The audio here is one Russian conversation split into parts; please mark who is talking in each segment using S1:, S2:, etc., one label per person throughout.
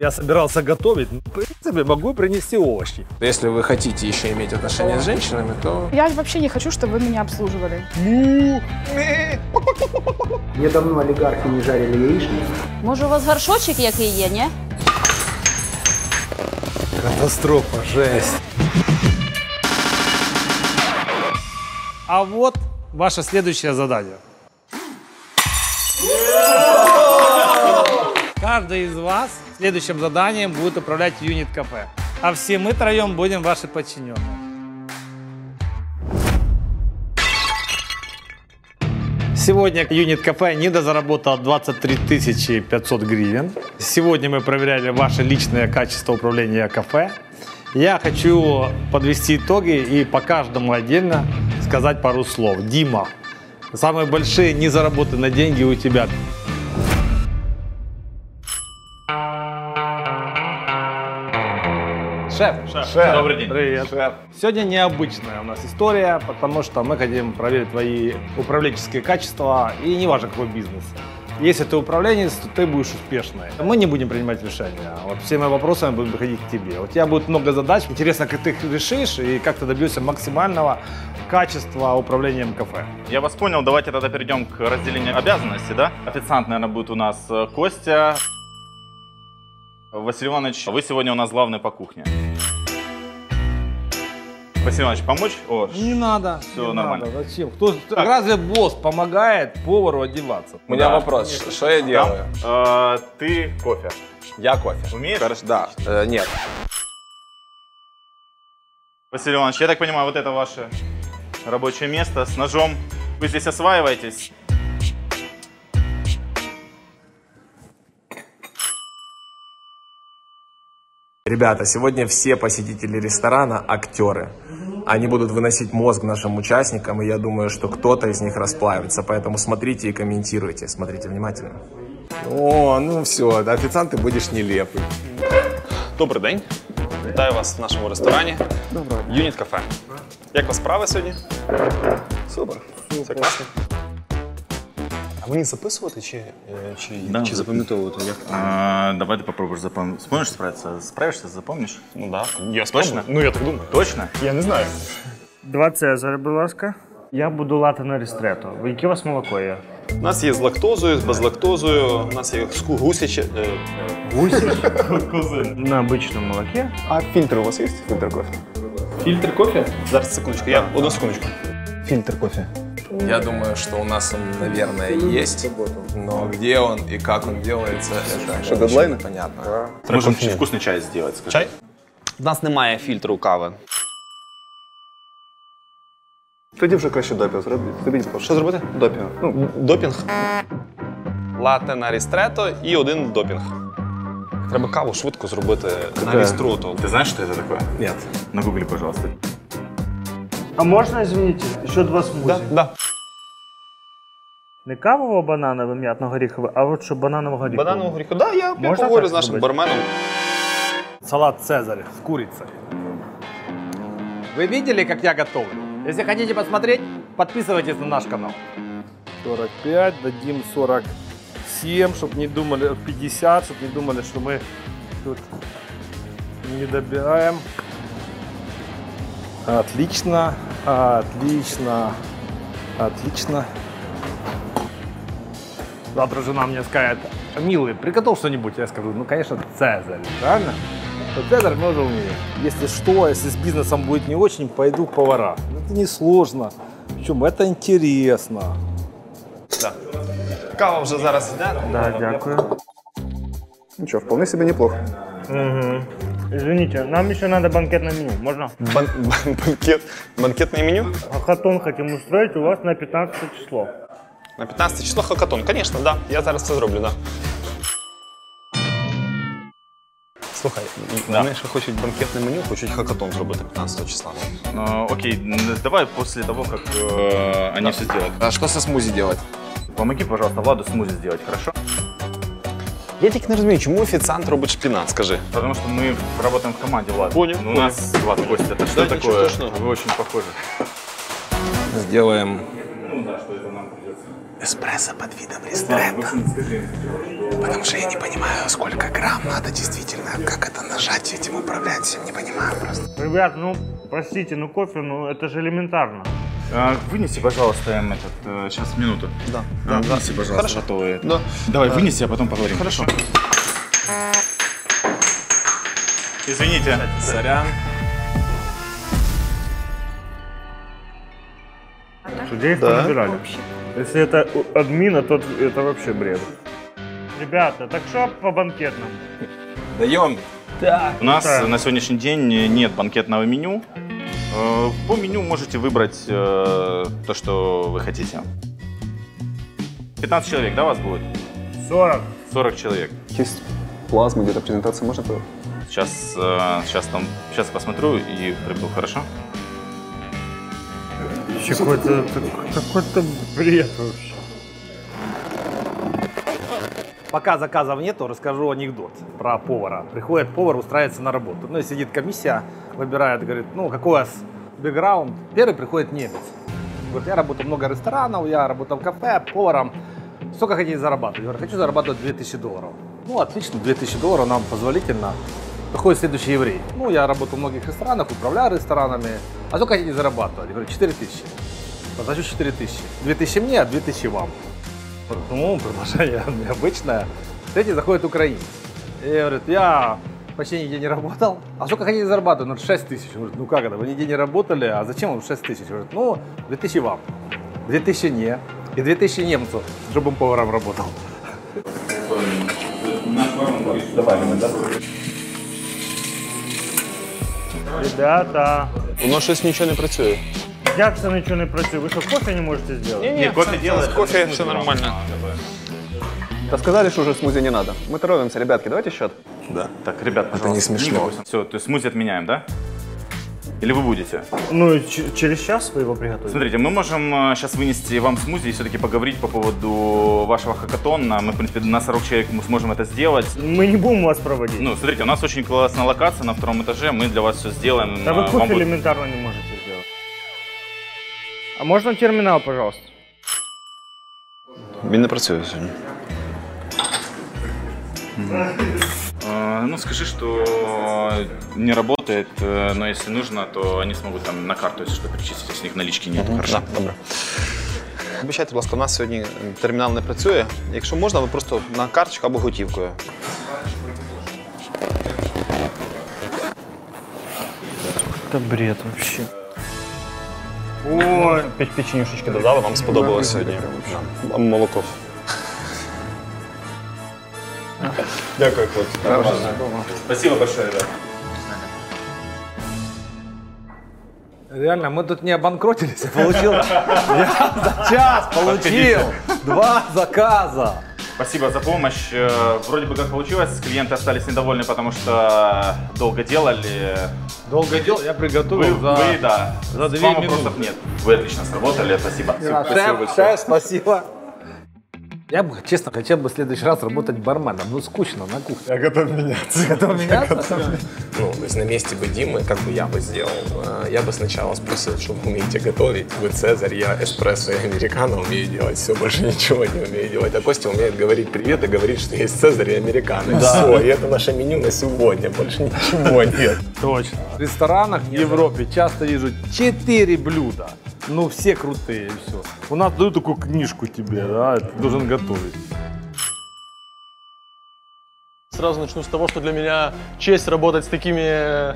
S1: Я собирался готовить. Ну, В принципе, могу принести овощи.
S2: Если вы хотите еще иметь отношения с женщинами, то
S3: Я вообще не хочу, чтобы вы меня обслуживали.
S4: Мне давно олигархи не жарили яичниц.
S5: Може, у вас горшочок який є, ні?
S1: Катастрофа, жесть.
S6: А вот ваше следующее задание. Каждый из вас следующим заданием будет управлять юнит кафе. А все мы троем будем ваши подчиненные. Сегодня юнит кафе недозаработал 23 500 гривен. Сегодня мы проверяли ваше личное качество управления кафе. Я хочу подвести итоги и по каждому отдельно сказать пару слов. Дима, самые большие незаработанные деньги у тебя. Шеф,
S7: Добрый день.
S6: Привет. Сегодня необычная у нас история, потому что мы хотим проверить твои управленческие качества, и неважно какой бизнес. Если ты управленец, то ты будешь успешный. Мы не будем принимать решения. Вот всеми вопросами будем приходить к тебе. У тебя будет много задач. Интересно, как ты их решишь и как ты добьешься максимального качества управлением кафе.
S7: Я вас понял, давайте тогда перейдем к разделению обязанностей, да? Официант, наверное, будет у нас э, Костя. Василий Иванович, вы сегодня у нас главный по кухне. Василий Иванович, помочь? О, ш-
S6: Не надо.
S7: Всё
S6: не
S7: нормально.
S6: надо. Зачем? Кто, разве босс помогает повару одеваться?
S2: у меня
S7: Да.
S2: вопрос, ш- что я делаю?
S7: Э, ты кофе.
S2: Я кофе.
S7: Умеешь?
S2: Хорошо, да, Э, нет.
S7: Василий Иванович, я так понимаю, вот это ваше рабочее место с ножом. Вы здесь осваиваетесь.
S2: Ребята, сегодня все посетители ресторана – актеры. Они будут выносить мозг нашим участникам, и я думаю, что кто-то из них расплавится. Поэтому смотрите и комментируйте, смотрите внимательно. О, ну все, официант ты будешь нелепый.
S8: Добрий день. Вітаю вас в нашому ресторані. Доброго дня. Юніт кафе. Як у вас справи сьогодні? Супер. Все класно. А мені записувати чи, е, чи,
S7: Да.
S8: чи запам'ятовувати? Як?
S7: Э, давай ты попробуешь запомнить. Сможешь справиться? Справишься, запомнишь?
S8: Ну так, да. я
S7: Точно?
S8: спробую. Ну я так думаю.
S7: Точно?
S8: Я не знаю.
S9: Два цезаря, будь ласка. Я буду лати на рістрето. Яке у вас молоко є?
S8: У нас є з лактозою, з безлактозою, у нас є з ку- гусяче. е,
S9: На обичному молоке.
S8: А фильтр у вас есть? Фильтр кофе. Фильтр кофе? Зараз, секундочку, я одну секундочку. Фильтр кофе.
S2: Я думаю, что у нас он, наверное, есть, но где он и как он делается, это что, дедлайны? Понятно.
S7: Можем вкусный чай сделать. скажи.
S8: Чай?
S10: В нас немає фільтру кави.
S8: Тоді вже краще допінг зробити. Що зробити? Допінг. Ну, допінг.
S10: Лате на рістрето і один допінг.
S8: Треба каву швидко зробити на рістроту.
S7: Ты знаешь, что это такое?
S2: Нет.
S7: Нагугли, пожалуйста.
S9: А можна, извините, ще два смузі?
S8: Да, да.
S9: Не кавового бананове м'ятного горіхове, а от що бананового горіхове.
S8: Бананового горіху. Да, я
S9: Можна
S8: поговорю
S9: так
S8: з нашим
S9: зробити?
S8: барменом.
S6: Салат Цезарь с курицей. Вы видели, как я готовлю? Если хотите посмотреть, подписывайтесь на наш канал.
S1: 45, дадим 47, чтобы не думали, 50, чтобы не думали, что мы тут не добираем.
S6: Отлично, отлично, отлично. Завтра жена мне скажет, милый, приготовь что-нибудь. Я скажу, ну, конечно, Цезарь, правильно? Вот Цезарь мы уже умеем. Если что, если с бизнесом будет не очень, пойду к повара. Это не сложно. Причем это интересно.
S8: Кава вже зараз йде.
S9: Да, дякую. Ну що, вполне себе неплохо. Угу. Извините, нам ще треба банкетне меню. Можна? А
S8: Бан- бан- банкет, банкетне меню.
S9: Хатон хотим устроить у вас на 15 число.
S8: На 15 число хакатон. Звісно, да. Я зараз це зроблю, да. Слухай, вони ще хочуть банкетне меню, хочуть хакатон зробити 15 числа.
S7: Ну, окей, н- давай после того, как э, они все сделают.
S2: А что со смузи делать?
S7: Помоги, пожалуйста, Владу смузи сделать, хорошо?
S8: Я тільки не розумію, чому офіціант робить шпінат, скажи.
S7: Потому что мы работаем в команде, Влад.
S8: Понял,
S7: Ну, У
S8: понял.
S7: нас, Влад, Костя, это что
S8: ничего
S7: такое?
S8: страшного.
S7: Вы очень похожи.
S2: Сделаем
S7: Ну да, что это нам придется.
S2: эспрессо под видом ристретто. Потому что я не понимаю, сколько грамм надо действительно, как это нажать этим управлять, всем не понимаю просто.
S9: Ребят, ну, простите, ну кофе, ну это же элементарно.
S7: А, Вынеси, пожалуйста, М, этот, э, сейчас, минуту. Да. Вынеси, пожалуйста,
S8: Хорошо.
S7: готовые.
S8: Да.
S7: Давай, вынеси, а потом поговорим.
S8: Хорошо.
S7: Извините.
S2: Сорян.
S9: Судей
S8: Да.
S9: выбирали. Если это у админа, то это вообще бред. Ребята, так что по банкетному?
S2: Даем.
S7: У нас
S9: Так.
S7: на сегодняшний день нет банкетного меню. Э, По меню можете выбрать э, то, что вы хотите. 15 человек, да, у вас будет?
S9: 40.
S7: 40 человек.
S10: Есть плазма где-то, презентация можно было?
S7: Сейчас, э, сейчас там, сейчас посмотрю и приду, хорошо?
S9: Вообще Какой-то так- какой-то бред вообще.
S6: Пока заказов нету, расскажу анекдот про повара. Приходит повар, устраивается на работу. Ну и сидит комиссия, выбирает, говорит, ну какой у вас бэкграунд? Первый приходит немец. Говорит, я работал много ресторанов, я работал в кафе, поваром. Сколько хотите зарабатывать? Я говорю, хочу зарабатывать 2000 долларов. Ну, отлично, 2000 долларов нам позволительно. Приходит следующий еврей. Ну, я работал в многих ресторанах, управляю ресторанами. А сколько хотите зарабатывать? Я говорю, 4000. Позвоню 4000. 2000 мне, а 2000 вам. Ну, предложение необычное. Третий заходит украинец. И говорит, я почти нигде не работал. А сколько хотите зарабатывать? Ну, 6 тысяч. Он Говорит, ну как это, вы нигде не работали, а зачем вам 6 тысяч? Говорит, ну, 2 тысячи вам, 2 тысячи не, и 2 тысячи немцу, чтобы он поваром работал.
S9: Ребята,
S10: Воно щось нічого не працює.
S9: як це нічого не працює? Ви що, кофе не можете зробити?
S10: Ні,
S7: кофе делаешь?
S10: кофе все нормально. Да сказали, что уже смузи не надо. Мы торопимся, ребятки, давайте счет.
S7: Да. Так, ребят, пожалуйста.
S2: не смешно.
S7: Все, то есть смузи отменяем, да? Или вы будете?
S9: Ну, и ч- через час вы его приготовите?
S7: Смотрите, мы можем сейчас вынести вам смузи и все-таки поговорить по поводу вашего хакатона. Мы, в принципе, на 40 человек мы сможем это сделать.
S9: Мы не будем вас проводить.
S7: Ну, смотрите, у нас очень классная локация на втором этаже. Мы для вас все сделаем.
S9: да
S7: А,
S9: вы
S7: вам
S9: кофе
S7: будет-
S9: элементарно не можете сделать. А можно терминал, пожалуйста?
S10: Він не працює сьогодні.
S7: Э, Ну, скажи, что не работает, э, но если нужно, то они смогут там на карту, если что, перечислить, если у них налички нет. Хорошо.
S10: Да, добре. Обіцяйте, будь ласка, у нас сьогодні термінал не працює. Якщо можна, ви просто на карточку або готівкою.
S9: Это бред вообще. Ой,
S8: Ну,
S10: Тільки додали, вам сподобалося сьогодні. Да. Молоко.
S7: Спасибо большое, ребят.
S6: Реально, мы тут не обанкротились, а получил. Я за час получил два заказа.
S7: Спасибо за помощь. Э, Вроде бы как получилось, клиенты остались недовольны, потому что долго делали.
S6: Долго дел, я
S7: Вы,
S6: приготовил за...
S7: вы, да.
S6: за
S7: С
S6: две
S7: вам
S6: минуты.
S7: вопросов нет. Вы отлично сработали, спасибо.
S6: Шеф, шеф, спасибо. Я бы, честно, хотел бы в следующий раз работать барменом. Ну, скучно на кухне. Я готов меняться. Готов меняться?
S2: Ну, то есть на месте бы Димы, как бы я бы сделал, э, я бы сначала спросил, что вы умеете готовить. Вы Цезарь, я эспрессо и американо умею делать, все, больше ничего не умею делать. А Костя умеет говорить привет и говорит, что есть Цезарь и американо. Все, и это наше меню на сегодня, больше ничего нет.
S9: точно.
S6: В ресторанах в Европе часто вижу 4 блюда. Ну, все крутые, и все. У нас дают такую книжку тебе, да, ты должен готовить.
S11: Сразу начну с того, что для меня честь работать с такими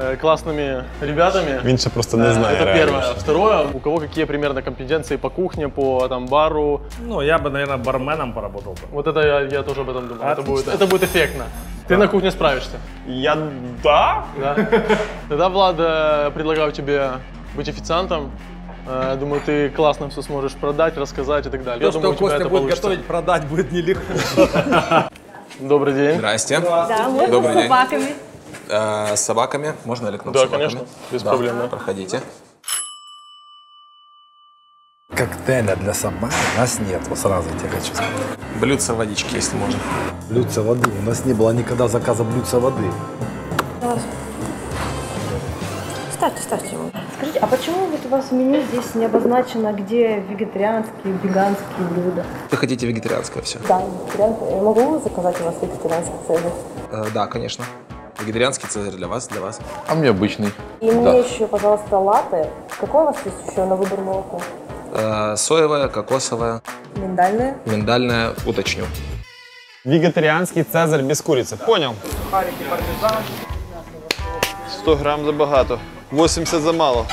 S11: э, классными ребятами. Э,
S10: Він ще просто не знає.
S11: Это
S10: реально.
S11: первое. Второе, у кого какие примерно компетенции по кухне, по там, бару.
S9: Ну, я бы, наверное, барменом поработал бы.
S11: Вот это я, я тоже об этом думал. Это
S9: Отлично.
S11: будет, это будет эффектно. Ты на кухне справишься.
S10: Я да?
S11: Да. Тогда, Влад, э, предлагаю тебе быть официантом. Э, Я думаю, ты классно все сможешь продать, рассказать и так далее.
S6: То,
S11: я думаю,
S6: что
S11: у тебя
S6: Костя
S11: это
S6: будет
S11: получится.
S6: готовить, продать будет нелегко.
S11: Добрый день.
S2: Здрасте.
S5: Да, можно
S2: Добрый
S5: с
S2: день.
S5: собаками.
S2: Э, С собаками? Можно или к нам
S11: Да,
S2: с собаками?
S11: конечно, без проблем, да.
S2: Проходите.
S12: Коктейля для собак у нас нет, вот сразу тебе хочу сказать.
S2: Блюдце водички, если можно.
S12: Блюдца воды. У нас не было никогда заказа блюдца воды.
S13: Ставьте, ставьте его.
S14: Скажите, а почему вот у вас в меню здесь не обозначено, где вегетарианские, веганские блюда?
S2: Вы хотите вегетарианское все?
S13: Да, вегетарианское. Я могу заказать у вас вегетарианский цезарь?
S2: Э, да, конечно. Вегетарианский цезарь для вас, для вас.
S15: А мне обычный.
S13: И мне еще, пожалуйста, латте. Какое у вас есть еще на выбор молоко?
S2: Э, соевое, кокосовое,
S13: Миндальное.
S2: миндальное, уточню.
S8: Вегетаріанський цезарь без куриці. Поняв.
S4: Сухарики, пармезан.
S10: 100 грам забагато, 80 замало.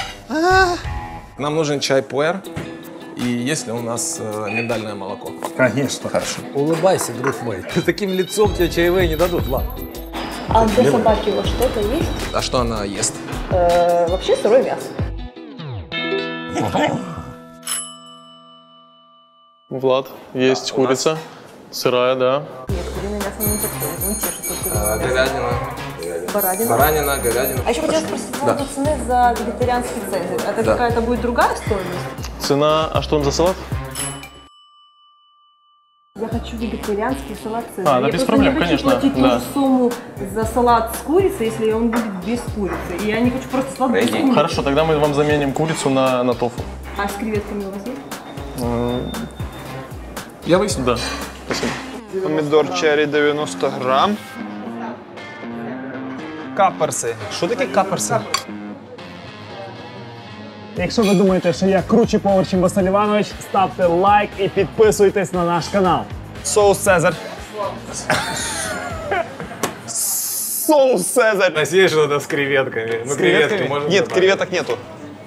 S2: Нам нужен чай пуэр. И есть ли у нас э, миндальное молоко?
S12: Конечно, хорошо. Улыбайся, друг мой. Таким лицом тебе чаевые не дадут, ладно.
S13: А для
S2: Лена.
S13: собаки у вас что-то есть?
S2: А что она ест?
S13: Э, вообще сырое мясо.
S11: Влад, есть курица. Сырая, да.
S13: Нет, куриное мясо мне не подходит, не тешится куриное.
S2: Говядина.
S13: Баранина.
S2: Баранина, говядина.
S13: А еще хотела спросить по
S11: Да.
S13: поводу цены за вегетарианский цезарь. Это
S11: Да.
S13: какая-то будет другая стоимость?
S11: Цена, а что там за салат?
S13: Я хочу вегетарианский салат цезарь.
S11: А, да,
S13: я
S11: без
S13: просто
S11: проблем,
S13: не хочу
S11: конечно,
S13: платить ту
S11: да.
S13: же сумму за салат с курицей, если он будет без курицы. И я не хочу просто салат без курицы.
S11: Хорошо, тогда мы вам заменим курицу на, на тофу.
S13: А с креветками у вас есть?
S2: Я выясню?
S11: Да. Спасибо.
S10: Помідор черрі 90 грам.
S8: Каперси. Що таке каперси?
S16: Якщо ви думаєте, що я круче повар, чим Василь Іванович, ставте лайк і підписуйтесь на наш канал.
S8: Соус Цезар. Соус Цезарь.
S6: Насеешь что-то с креветками.
S8: С креветками? Нет, креветок нету.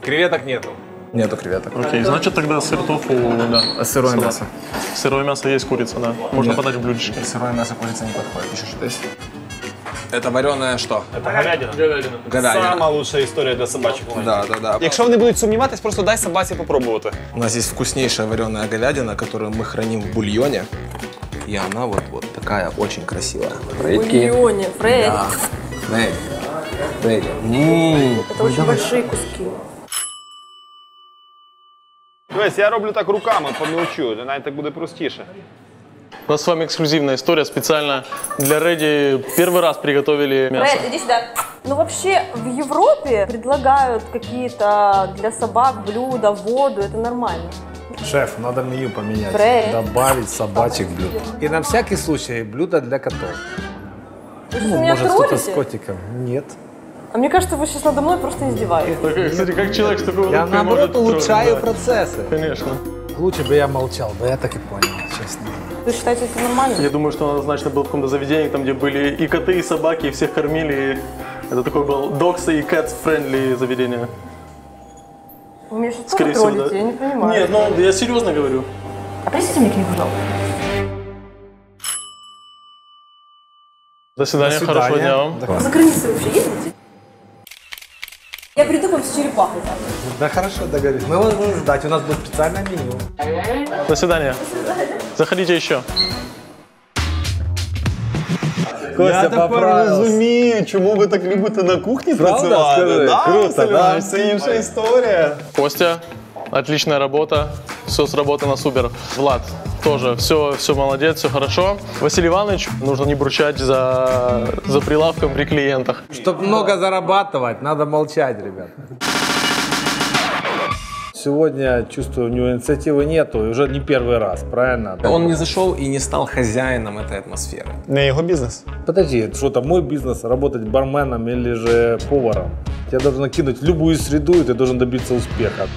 S6: Креветок нету.
S2: Нету креветок.
S11: Окей, значит тогда сыр тофу, да.
S2: А сырое
S11: салат.
S2: мясо?
S11: Сырое мясо есть курица, да. Можно
S2: Нет.
S11: подать в блюдечке.
S2: Сырое мясо курица не подходит. Еще что-то есть? Это вареное что?
S8: Це говядина. Говядина.
S2: Говядина.
S8: Сама лучша історія для собачок.
S2: Да, да, да.
S8: Якщо вони будуть сумніватись, просто дай собаці попробувати.
S2: У нас есть вкуснейшая вареная говядина, которую мы храним в бульоне. И она вот, вот такая очень красивая.
S13: Бульоне, Фредди.
S2: Да. М-м-м. Фредди. Фредди. М.
S13: Это очень большие куски.
S10: Дивись, я роблю так руками, помілчу, навіть так буде простіше.
S11: У нас с вами эксклюзивная история. Специально для Реди первый раз приготовили мясо.
S13: Фред, иди сюда. Ну вообще в Европе предлагают какие-то для собак блюда, воду, это нормально.
S1: Шеф, надо меню поменять.
S13: Фред.
S1: Добавить собачьих блюд.
S12: И на всякий случай блюдо для котов.
S13: Вы сейчас
S12: Ну,
S13: меня
S12: может, кто-то с
S13: троллите?
S12: котиком. Нет.
S13: А мне кажется, вы сейчас надо мной просто издеваетесь.
S11: Кстати, как человек с такой
S12: Я
S11: улыбкой
S12: наоборот
S11: может троллить,
S12: улучшаю
S11: да.
S12: процессы.
S11: Конечно.
S12: Лучше бы я молчал, да я так и понял, честно.
S13: Вы считаете это нормально?
S11: Я думаю, что он однозначно был в каком-то заведении, там, где были и коты, и собаки, и всех кормили. И Это такой был доксы и cats friendly заведение.
S13: Вы меня сейчас
S11: Скорее
S13: тоже
S11: всего,
S13: троллите,
S11: да.
S13: я не понимаю.
S11: Нет, ну я серьезно говорю.
S13: А принесите мне книгу, пожалуйста.
S11: До свидания,
S12: свидания.
S11: хорошего дня вам.
S12: Класс.
S13: За границей вообще ездите? Я приду к вам с черепахой
S12: Да хорошо, договорились. Мы вас будем ждать, у нас будет специальное меню.
S13: завтра.
S11: До свидания. Заходите еще.
S8: Я тепер розумію, чому ви так любите на кухні
S11: Правда,
S8: працювати.
S11: скажи? Круто,
S8: Василь
S11: да.
S8: Іванович, Це інша історія.
S11: Костя, отличная работа. Все сработано супер. Влад, тоже все, все молодец, все хорошо. Василий Иванович, нужно не бурчать за, за прилавком при клиентах.
S12: Чтобы много зарабатывать, надо молчать, ребят.
S1: Сегодня, чувствую, у него инициативы нету, и уже не первый раз, правильно?
S2: Он не зашел и не стал хозяином этой атмосферы.
S1: Не его бизнес. Подожди, это что там мой бизнес, работать барменом или же поваром? Тебя должно кинуть в любую среду, и ты должен добиться успеха.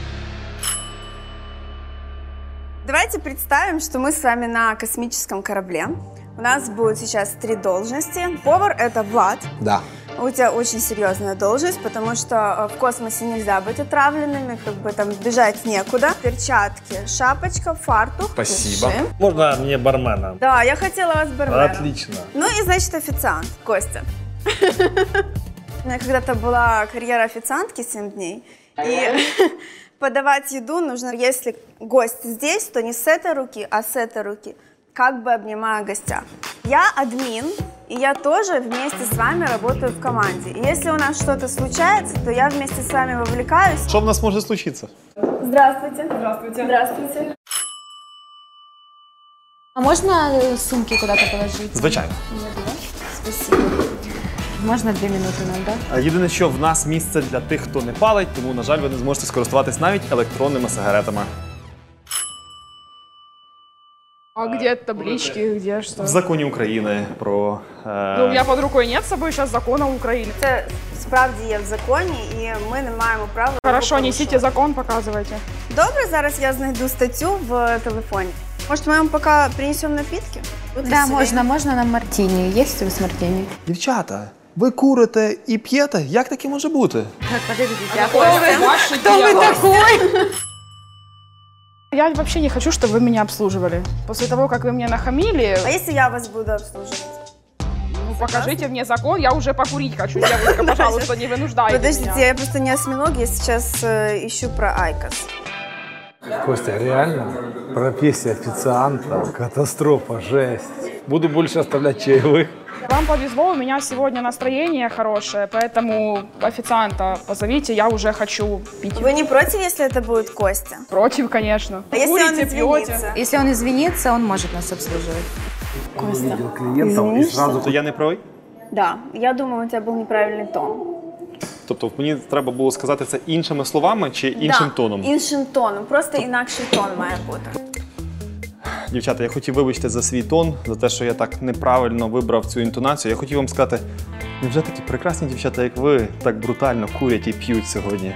S17: Давайте представим, что мы с вами на космическом корабле. У нас будет сейчас три должности. Повар — это Влад.
S2: Да.
S17: У тебя очень серьезная должность, потому что э, в космосе нельзя быть отравленными, как бы там бежать некуда. Перчатки, шапочка, фартук. Дыши.
S1: Можно мне бармена?
S17: Да, я хотела вас барменом.
S1: Отлично.
S17: Ну и, значит, официант. Костя. У меня когда-то была карьера официантки 7 дней. И подавать еду нужно, если гость здесь, то не с этой руки, а с этой руки, как бы обнимая гостя. Я админ, и я тоже вместе с вами работаю в команде. И если у нас что-то случается, то я вместе с вами вовлекаюсь.
S8: Що в нас може случитися?
S17: Здравствуйте. Здравствуйте. Здравствуйте.
S5: А можно э, сумки куда-то положить?
S8: Звичайно.
S5: Нет, да? Спасибо.
S14: Можна дві минути нам, да?
S8: А Єдине, що в нас місце для тих, хто не палить, тому, на жаль, ви не зможете скористуватись навіть електронними сигаретами.
S3: А где таблички, где что?
S8: В законі України про. е,
S3: Ну, у меня под рукой нет с собой сейчас закона Украины.
S17: Це справді є в законі, і ми не маємо права. його
S3: Хорошо,
S17: порушувати.
S3: несите закон, показывайте.
S17: Добре, зараз я знайду статтю в телефоні. Може, ми вам поки принесемо напітки?
S15: Да, можно, можно на мартини. Есть у вас мартини?
S10: Дівчата, ви курите і п'єте? Як таке може бути?
S15: Так, подождите,
S3: а кто вы? Кто вы такой? Я вообще не хочу, чтобы вы меня обслуживали. После того, как вы мне нахамили,
S17: А если я вас буду обслуживать?
S3: ну, покажите мне закон, я уже покурить хочу, девушка, пожалуйста, не вынуждайте
S17: Подождите,
S3: меня.
S17: я просто не осьминог, я сейчас э, ищу про Айкос.
S12: Костя, реально? Профессия официанта. Катастрофа, жесть.
S6: Буду больше оставлять чаевых.
S3: Вам повезло, у меня сегодня настроение хорошее, поэтому официанта позовите, я уже хочу пить.
S17: Вы не против, если это будет Костя?
S3: Против, конечно.
S17: А если он
S3: Курите,
S17: извинится?
S3: пьете.
S15: Если он извинится, он может нас обслуживать.
S17: Костя,
S8: Клієнтам і сразу... То я не правий?
S17: Да, я думаю, у тебя был неправильный тон.
S8: Тобто мені треба було сказати це іншими словами чи іншим
S17: да,
S8: тоном?
S17: Іншим тоном, просто інакший тон має бути.
S8: Дівчата, я хотів вибачити за свій тон, за те, що я так неправильно вибрав цю інтонацію. Я хотів вам сказати, невже такі прекрасні дівчата, як ви, так брутально курять і п'ють сьогодні?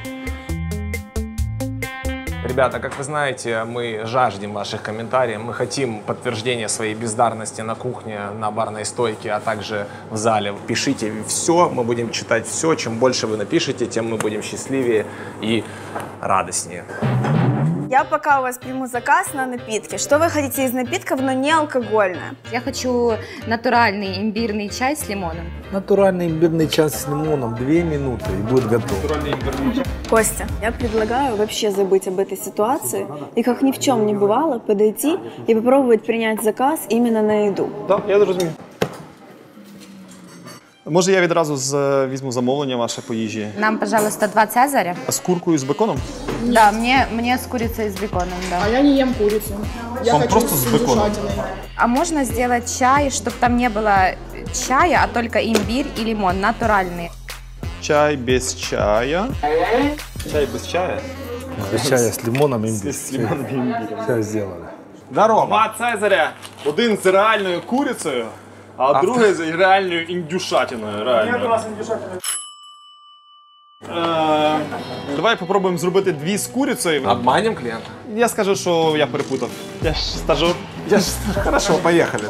S2: Ребята, как вы знаете, мы жаждем ваших комментариев. Мы хотим подтверждения своей бездарности на кухне, на барной стойке, а также в зале. Пишите все, мы будем читать все. Чем больше вы напишете, тем мы будем счастливее и радостнее.
S17: Я пока у вас приму заказ на напитки. Что вы хотите из напитков, но не алкогольное?
S15: Я хочу натуральный имбирный чай с лимоном.
S12: Натуральный имбирный чай с лимоном. Две минуты и будет готов.
S17: Костя, я предлагаю вообще забыть об этой ситуации и как ни в чем не бывало подойти и попробовать принять заказ именно на еду.
S8: Так, я зрозумів. Може, я відразу з- е, візьму замовлення ваше по їжі?
S15: Нам, пожалуйста, два цезаря.
S8: А з куркою з беконом?
S15: Да, мне, мне с курицей и с беконом, да. А я не ем курицу.
S8: Я Он хочу просто с с беконом. содержательной.
S15: А можно сделать чай, чтобы там не было чая, а только имбирь и лимон, натуральный.
S8: Чай без чая. Чай без чая?
S12: Без чая с лимоном имбирь.
S8: З лимоном і імбірем.
S12: Все сделали.
S8: Здорово. Два цезаря. Один з реальною курицею, а,
S12: А
S8: другий з реальною індюшатиною. Реально. Е, давай попробуємо зробити дві з курицею.
S2: Обманем клиента?
S8: Я скажу, що я перепутав. Я ж стажер.
S2: Я ж... Хорошо, поехали.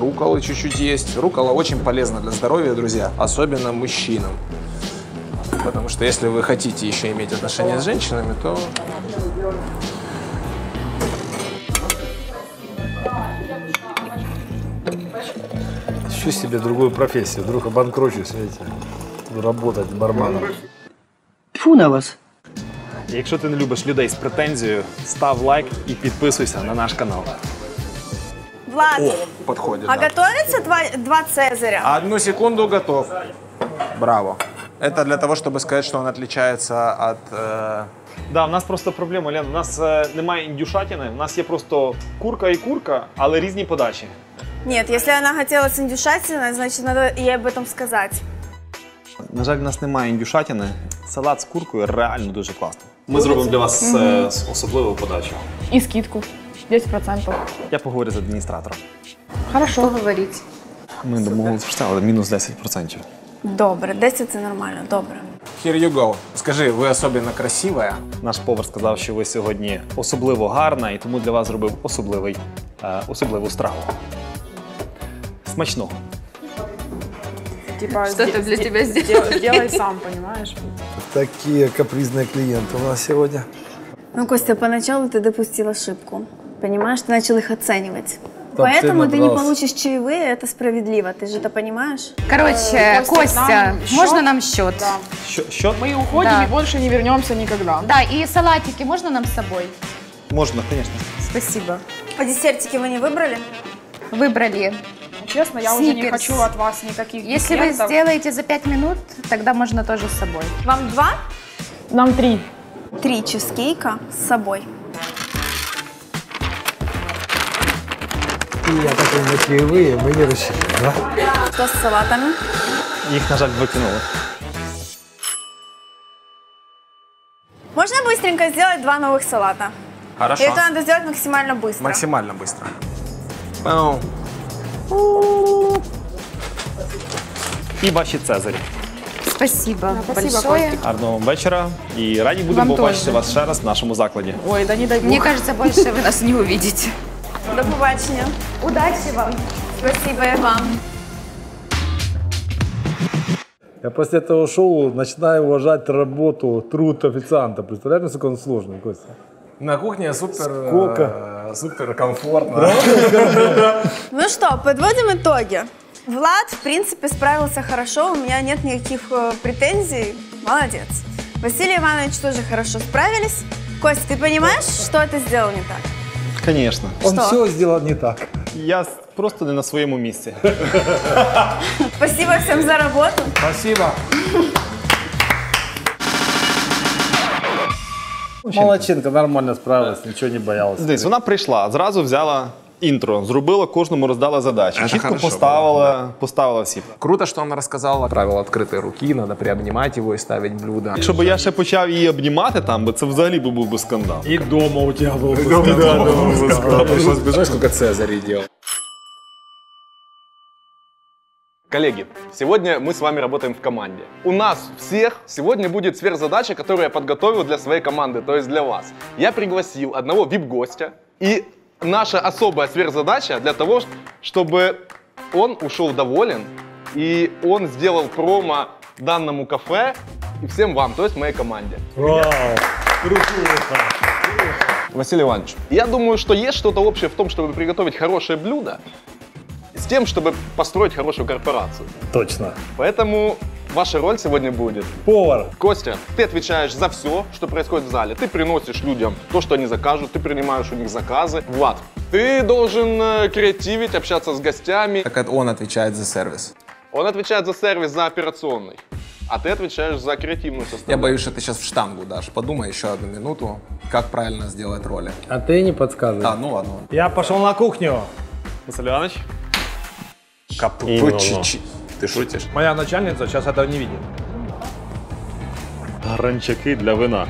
S2: Руколы чуть-чуть есть. Рукола очень полезна для здоровья, друзья, особенно мужчинам. Потому что если вы хотите еще иметь отношения с женщинами, то
S12: Ищу себе другую профессию. Вдруг обанкрочусь, видите. Буду Работать барменом.
S8: Фу на вас. Якщо ти не любиш людей з претензією, став лайк і підписуйся на наш канал.
S17: Влад,
S2: подходит.
S17: а
S2: да.
S17: готовится два, два цезаря?
S2: Одну секунду готов. Браво. Это для того, чтобы сказать, что он отличается от... э,
S8: Да, в нас просто проблема, Лен. У нас е, немає індюшатіни, в нас є просто курка і курка, але різні подачі.
S17: Нет, если она хотела с индюшатиной, значит, надо ей об этом сказать.
S8: На жаль, в нас немає індюшатіни. Салат з куркою реально дуже класно. Ми
S3: Куриця?
S8: зробимо для вас
S3: Мгм.
S8: е, с- особливу подачу.
S3: И скидку. 10%.
S8: Я поговорю з адміністратором.
S15: Хорошо. говорить.
S8: Ми домовилися, що це, але мінус 10%.
S17: Добре, 10 це нормально, добре.
S2: Here you go. Скажи, ви особливо красива?
S8: Наш повар сказав, що ви сьогодні особливо гарна, і тому для вас зробив особливий, е, особливу страву. Смачного.
S3: Типа,
S15: Что-то для тебя
S3: сделать? Делай сам, понимаешь?
S12: Такие капризные клиенты у нас сегодня.
S17: Ну, Костя, поначалу ты допустил ошибку. Понимаешь, ты начал их оценивать.
S12: Да,
S17: Поэтому
S12: ты
S17: ты не
S12: набрался.
S17: получишь чаевые, это справедливо. Ты же это понимаешь?
S15: Короче, Э, Костя, можно нам счет?
S8: Що? що?
S3: Мы уходим
S15: Да.
S3: и больше не вернемся никогда.
S15: Да, и салатики можно нам с собой?
S8: Можна, звісно.
S15: Спасибо.
S17: А десертики вы не выбрали?
S15: Выбрали.
S3: Ну, Честно, я уже не
S15: Сникерс.
S3: хочу от вас никаких
S15: Если вы
S3: десертов.
S15: сделаете за 5 минут, тогда можно тоже с собой.
S17: Вам два?
S3: Нам три.
S17: Три чизкейка с собой.
S12: И я так и на чаевые, мы не рассчитываем, да?
S17: Что с салатами?
S8: Їх, на жаль, викинули.
S17: Можно быстренько сделать два новых салата?
S2: Хорошо.
S17: И это надо сделать максимально быстро.
S2: Максимально быстро. Пау.
S8: І ваші Цезарі.
S15: Спасибо
S3: большое.
S8: Гарного вам вечора і раді
S3: Вам
S8: будемо
S3: теж.
S8: побачити вас ще раз в нашому закладі.
S3: Ой, да не дай бог.
S15: Мне кажется, больше вы нас не увидите.
S17: До побачення. Удачі вам. Спасибо и вам.
S12: Я после этого шоу начинаю уважать работу, труд официанта. Представляешь, насколько он сложный, Костя?
S2: На кухне супер...
S12: Сколько?
S2: э, Супер комфортно.
S17: Ну что, подводим итоги. Влад, в принципе, справился хорошо, у меня нет никаких э, претензий. Молодец. Василий Иванович тоже хорошо справились. Костя, ты понимаешь, что ты сделал не так?
S8: Звісно.
S17: Он Що? всього
S8: зробив не так. Я с- просто не на своєму місці.
S17: Спасибо всем за работу.
S6: Спасибо. Молодчинка, нормально справилась, нічого не боялась.
S8: Дивись, вона прийшла, зразу взяла інтро, зробила кожному, роздала задачі.
S2: Це
S8: Чітко
S2: хорошо було,
S8: поставила, поставила всі.
S2: Круто, что она рассказала правила открытой руки, надо приобнимать его и ставить блюдо.
S8: Якщо б я ще почав її обнімати там, би це взагалі би був би скандал.
S12: И дома у тебя был
S8: дома был бы скандал.
S2: Пришлось бежать, сколько Цезарей делал.
S10: Коллеги, сегодня мы с вами работаем в команде. У нас всех сегодня будет сверхзадача, которую я подготовил для своей команды, то есть для вас. Я пригласил одного вип-гостя, и наша особая сверхзадача для того, чтобы он ушел доволен, и он сделал промо данному кафе и всем вам, то есть моей команде.
S9: Вау, круто.
S10: Василий Иванович, я думаю, что есть что-то общее в том, чтобы приготовить хорошее блюдо, с тем, чтобы построить хорошую корпорацию.
S12: Точно.
S10: Поэтому ваша роль сегодня будет.
S12: Повар.
S10: Костя, ты отвечаешь за все, что происходит в зале. Ты приносишь людям то, что они закажут, ты принимаешь у них заказы. Влад, ты должен э, креативить, общаться с гостями.
S2: Так это он отвечает за сервис.
S10: Он отвечает за сервис, за операционный. А ты отвечаешь за креативную
S2: Я
S10: составляющую.
S2: боюсь, что ты сейчас в штангу дашь. Подумай еще одну минуту, как правильно сделать роли.
S12: А ты не подсказывай.
S2: Да, ну ладно.
S6: Я пошел на кухню.
S8: Василий Иванович?
S2: Капучи. Ты шутишь?
S6: Моя начальница сейчас этого не видит.
S12: Гранчаки для вина.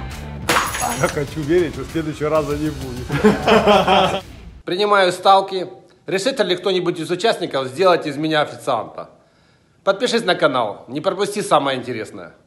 S12: Я хочу верить, что в следующий раз не будет.
S18: Принимаю ставки. Решит ли кто-нибудь из участников сделать из меня официанта? Подпишись на канал, не пропусти самое интересное.